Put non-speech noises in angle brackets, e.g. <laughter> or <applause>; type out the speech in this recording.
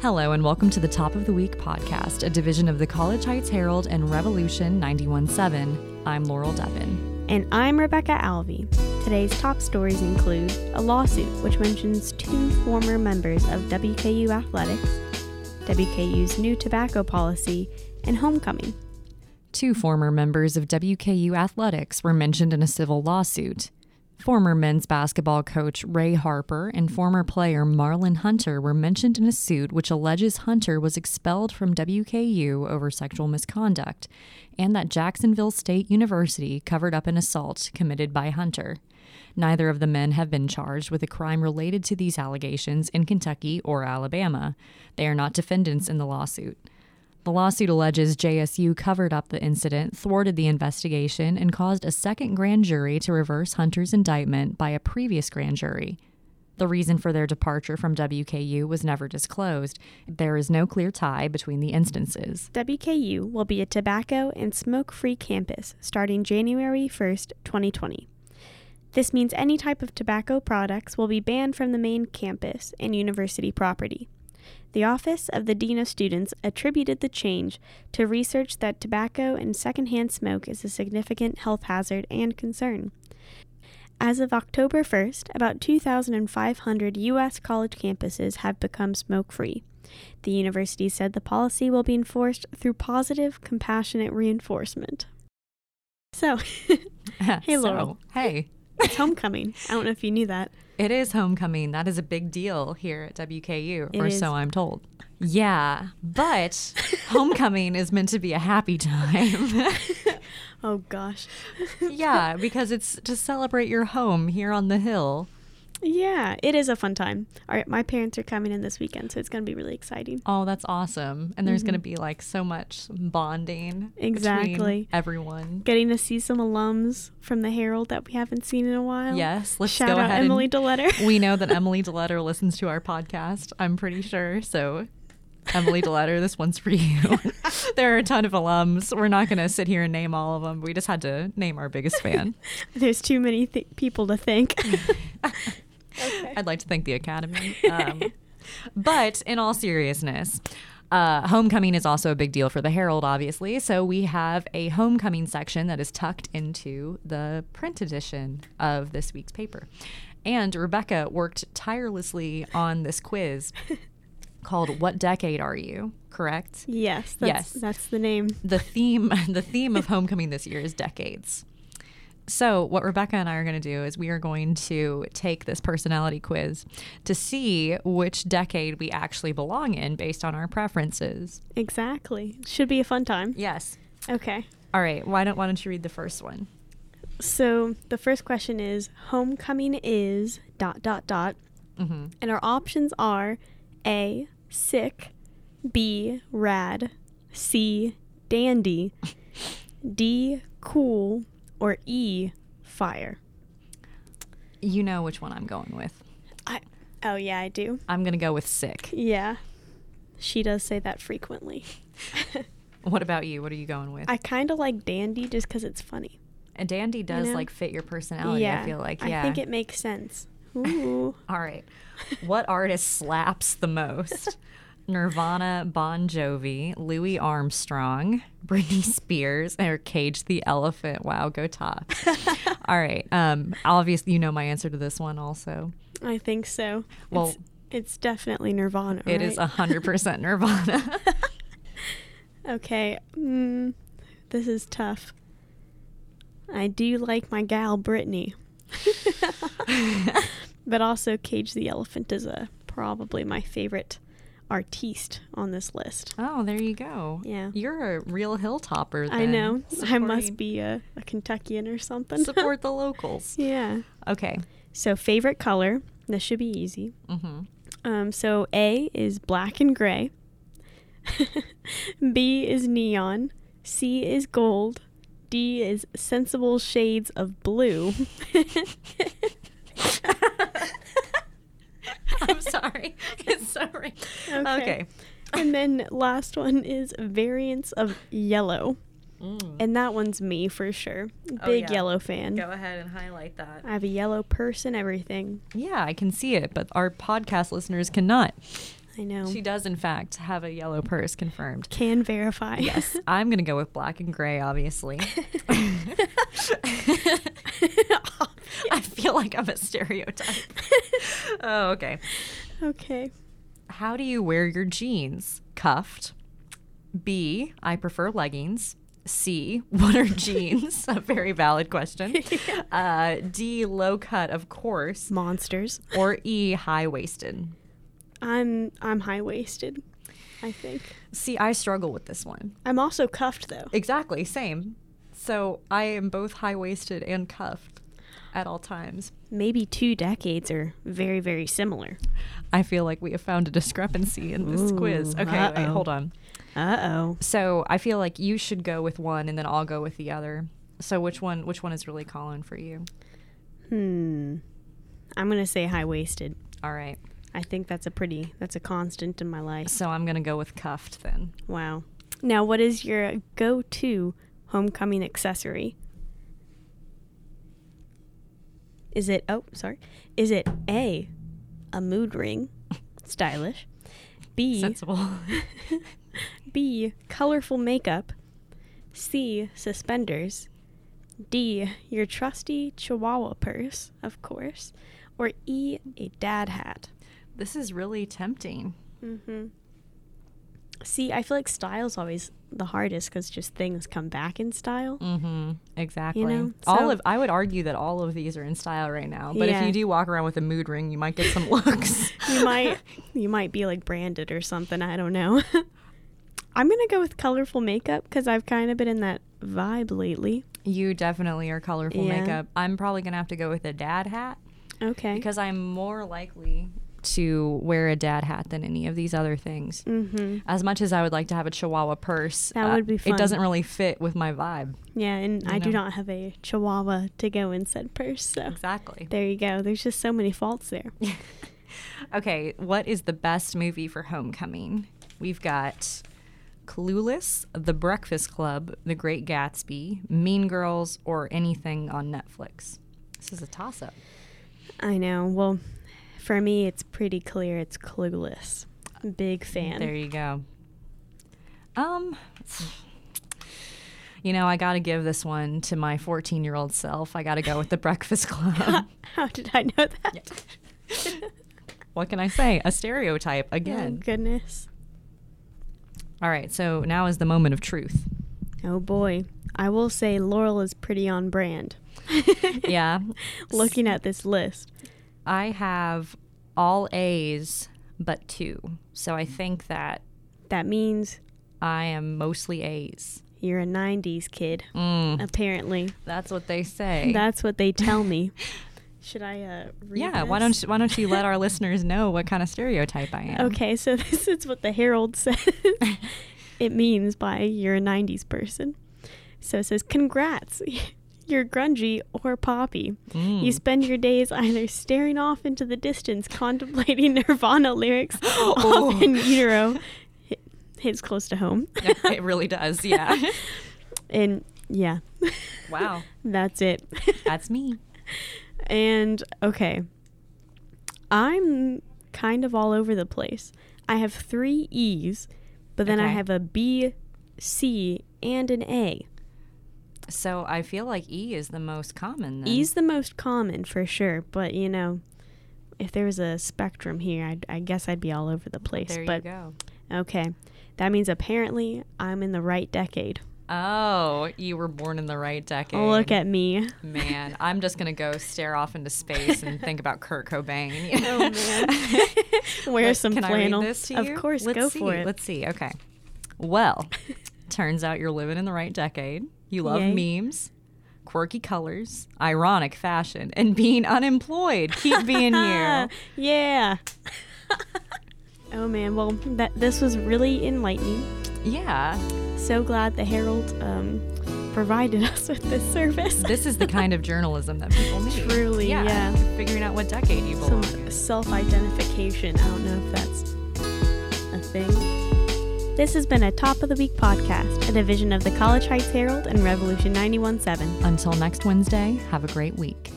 Hello, and welcome to the Top of the Week podcast, a division of the College Heights Herald and Revolution 917. I'm Laurel Devin. And I'm Rebecca Alvey. Today's top stories include a lawsuit which mentions two former members of WKU Athletics, WKU's new tobacco policy, and homecoming. Two former members of WKU Athletics were mentioned in a civil lawsuit. Former men's basketball coach Ray Harper and former player Marlon Hunter were mentioned in a suit which alleges Hunter was expelled from WKU over sexual misconduct and that Jacksonville State University covered up an assault committed by Hunter. Neither of the men have been charged with a crime related to these allegations in Kentucky or Alabama. They are not defendants in the lawsuit. The lawsuit alleges JSU covered up the incident, thwarted the investigation, and caused a second grand jury to reverse Hunter's indictment by a previous grand jury. The reason for their departure from WKU was never disclosed. There is no clear tie between the instances. <laughs> WKU will be a tobacco and smoke free campus starting January 1st, 2020. This means any type of tobacco products will be banned from the main campus and university property. The Office of the Dean of Students attributed the change to research that tobacco and secondhand smoke is a significant health hazard and concern. As of October 1st, about 2,500 U.S. college campuses have become smoke free. The university said the policy will be enforced through positive, compassionate reinforcement. So, <laughs> hey, So, Laurel, Hey. it's homecoming. I don't know if you knew that. It is homecoming. That is a big deal here at WKU, It or is. so I'm told. Yeah, <laughs> but homecoming is meant to be a happy time. <laughs> Oh, gosh. yeah, because it's to celebrate your home here on the hill. Yeah, it is a fun time. All right, my parents are coming in this weekend, so it's going to be really exciting. Oh, that's awesome. And there's going to be like so much bonding. between Mm-hmm. Exactly. Everyone. Getting to see some alums from the Herald that we haven't seen in a while. Yes, let's Shout go out ahead. Emily and <laughs> DeLetter. we know <laughs> that Emily DeLetter listens to our podcast, I'm pretty sure. So, Emily DeLetter, this one's for you. <laughs> there are a ton of alums. We're not going to sit here and name all of them. We just had to name our biggest fan. <laughs> <laughs> There's too many th- people <laughs> to thank. <laughs> I'd like to thank the <laughs> Academy. Um, but in all seriousness, uh, homecoming is also a big deal for the Herald, obviously. So we have a homecoming section that is tucked into the print edition of this week's paper. And Rebecca worked tirelessly on this quiz <laughs> called What Decade Are You? Correct? yes, Yes. that's, that's the name. The theme <laughs> the theme <laughs> of homecoming this year is decades. So, what Rebecca and I are going to do is we are going to take this personality quiz to see which decade we actually belong in based on our preferences. Exactly. Should be a fun time. Yes. Okay. All right. Why don't Why don't you read the first one? So the first question is homecoming is dot dot dot. hmm And our options are A, sick, B, rad, C, dandy, D, cool, or E, fire. You know which one I'm going with. I Oh yeah, I do. I'm going to go with sick. Yeah. She does say that frequently. <laughs> What about you? What are you going with? I kind of like dandy just cuz it's funny. A dandy does know? like fit your personality. I feel like Oh, yeah. I think it makes sense. Ooh. All right. What artist slaps the most? <laughs> Nirvana, Bon Jovi, Louis Armstrong, <laughs> Britney Spears, or Cage the Elephant. Wow, go top. <laughs> All right. Um, obviously, you know my answer to this one also. I think so. Well- it's, it's definitely Nirvana. It is right? <laughs> 100% Nirvana. Okay. Mm, this is tough. I do like my <laughs> gal Brittany. <laughs> but also Cage the Elephant is a probably my favorite artiste on this list. oh, there you go. Yeah. You're a real hilltopper. I then. know. I must Supporting- be a, a Kentuckian or something. <laughs> Support the locals. <laughs> yeah. <laughs> Okay. <laughs> So favorite color. This should be easy. Mm-hmm. Um, so A is black and gray. <laughs> B is neon. C is gold. D is sensible shades <laughs> of blue. I'm sorry. <laughs> It's so right. Okay. okay. and then last one is variants of yellow. Mm. And that one's me for sure. Big Oh, yeah. yellow fan. Go ahead and highlight that. I have a yellow purse and everything. Yeah, I can see it, but our podcast listeners cannot. I know. She does, in fact, have a yellow purse confirmed. Can verify. <laughs> Yes, I'm going to go with black and gray, obviously. <laughs> I feel like I'm a stereotype. <laughs> oh, okay. okay. How do you wear your jeans? Cuffed. B, I prefer leggings. C, <laughs> what are jeans? A very valid question. Uh, D, low cut, of course. Monsters. Or E, high waisted. I'm I'm high waisted, I think. See, I struggle with this one. I'm also cuffed though. Exactly, same. So I am both high waisted and cuffed at all times. Maybe two decades are very, very similar. I feel like we have found a discrepancy in this Ooh, quiz. Okay, wait, uh-oh. hold on. Uh oh. So I feel like you should go with one, and then I'll go with the other. So which one? Which one is really calling for you? Hmm. I'm gonna say high waisted. All right. I think that's a pretty that's a constant in my life. So I'm gonna go with cuffed then. Wow. Now what is your go to homecoming accessory? Is it oh sorry. Is it A a mood ring? <laughs> Stylish. B Sensible. <laughs> B. Colorful makeup. C. Suspenders. D. Your trusty chihuahua purse, of course. Or E. A dad hat. this is really tempting. Mm-hmm. See, I feel like style's always the hardest because just things come back in style. Mm-hmm. Exactly. know, all so- of I would argue that all of these are in style right now. But Yeah. if you do walk around with a mood ring, you might get some <laughs> <laughs> looks. You might, you might be like branded or something. I don't know. <laughs> I'm gonna go with colorful makeup because I've kind of been in that vibe lately. You definitely are colorful Yeah. makeup. I'm probably gonna have to go with a dad hat Okay. because I'm more likely to wear a dad hat than any of these other things. mm-hmm. As much as I would like to have a Chihuahua purse, uh, That would be It fun. doesn't really fit with my vibe. Yeah, and You I do know? not have a chihuahua to go in said purse. So Exactly. there you go. There's just so many <laughs> faults there. Okay, what is the best movie for Homecoming? We've got Clueless, The Breakfast Club, The Great Gatsby, Mean Girls, or anything on Netflix. This is a toss up. I know. Well, for me, it's pretty clear it's clueless. Big fan. There you go. Um, you know, I got to give this one to my 14 year old self. I got to go with The <laughs> Breakfast Club. <laughs> How did I know that? what can I say? A stereotype Oh, again. goodness. All right, so now is the moment of truth. <laughs> Oh, boy. I will say Laurel is pretty on brand. Yeah. Looking at this list. I have all A's but two. So I think that That means I am mostly A's. you're a 90s kid, Mm, apparently. that's what they say. <laughs> That's what they tell <laughs> me. Should I uh, read yeah, why don't this? you, why don't you let our <laughs> listeners know what kind of stereotype I am? Okay, so <laughs> this is what the Herald <laughs> says it means by you're a 90s person. So it says, Congrats, <laughs> you're grungy or poppy. Mm. <laughs> You spend your days either staring off into the distance, contemplating <laughs> Nirvana lyrics, <laughs> Oh. often utero. Hit- Hits close to home. Yeah, it really does. Yeah. <laughs> and yeah, wow. that's it. That's me. And okay. I'm kind of all over the place. I have three E's, but then I Okay. have a B, C, and an A. So I feel like E is the most common. Then. E's the most common for sure, but you know, if there was a spectrum here, I'd, I guess I'd be all over the place. There but you go. okay. That means apparently I'm in the right decade. Oh, you were born in the right decade. Look <laughs> at me. <laughs> Man, I'm just gonna go stare off into space and think about Kurt Cobain. <laughs> <laughs> Oh, man. Wear Like, some can flannel. I read this to of you? course, Let's go see. for it. Let's see. Okay. <laughs> Well, turns out you're living in the right decade. You love Yay. memes, quirky colors, ironic fashion, and being unemployed. Keep <laughs> being you. yeah. <laughs> oh man, well that this was really enlightening. Yeah. So glad the Herald um, provided <laughs> us with this service. <laughs> This is the kind of journalism that people need. Truly, yeah. Figuring out what decade you belong. Some self-identification. I don't know if that's a thing. This has been a Top of the Week podcast, a division of the College Heights Herald and Revolution 91.7. Until next Wednesday, have a great week.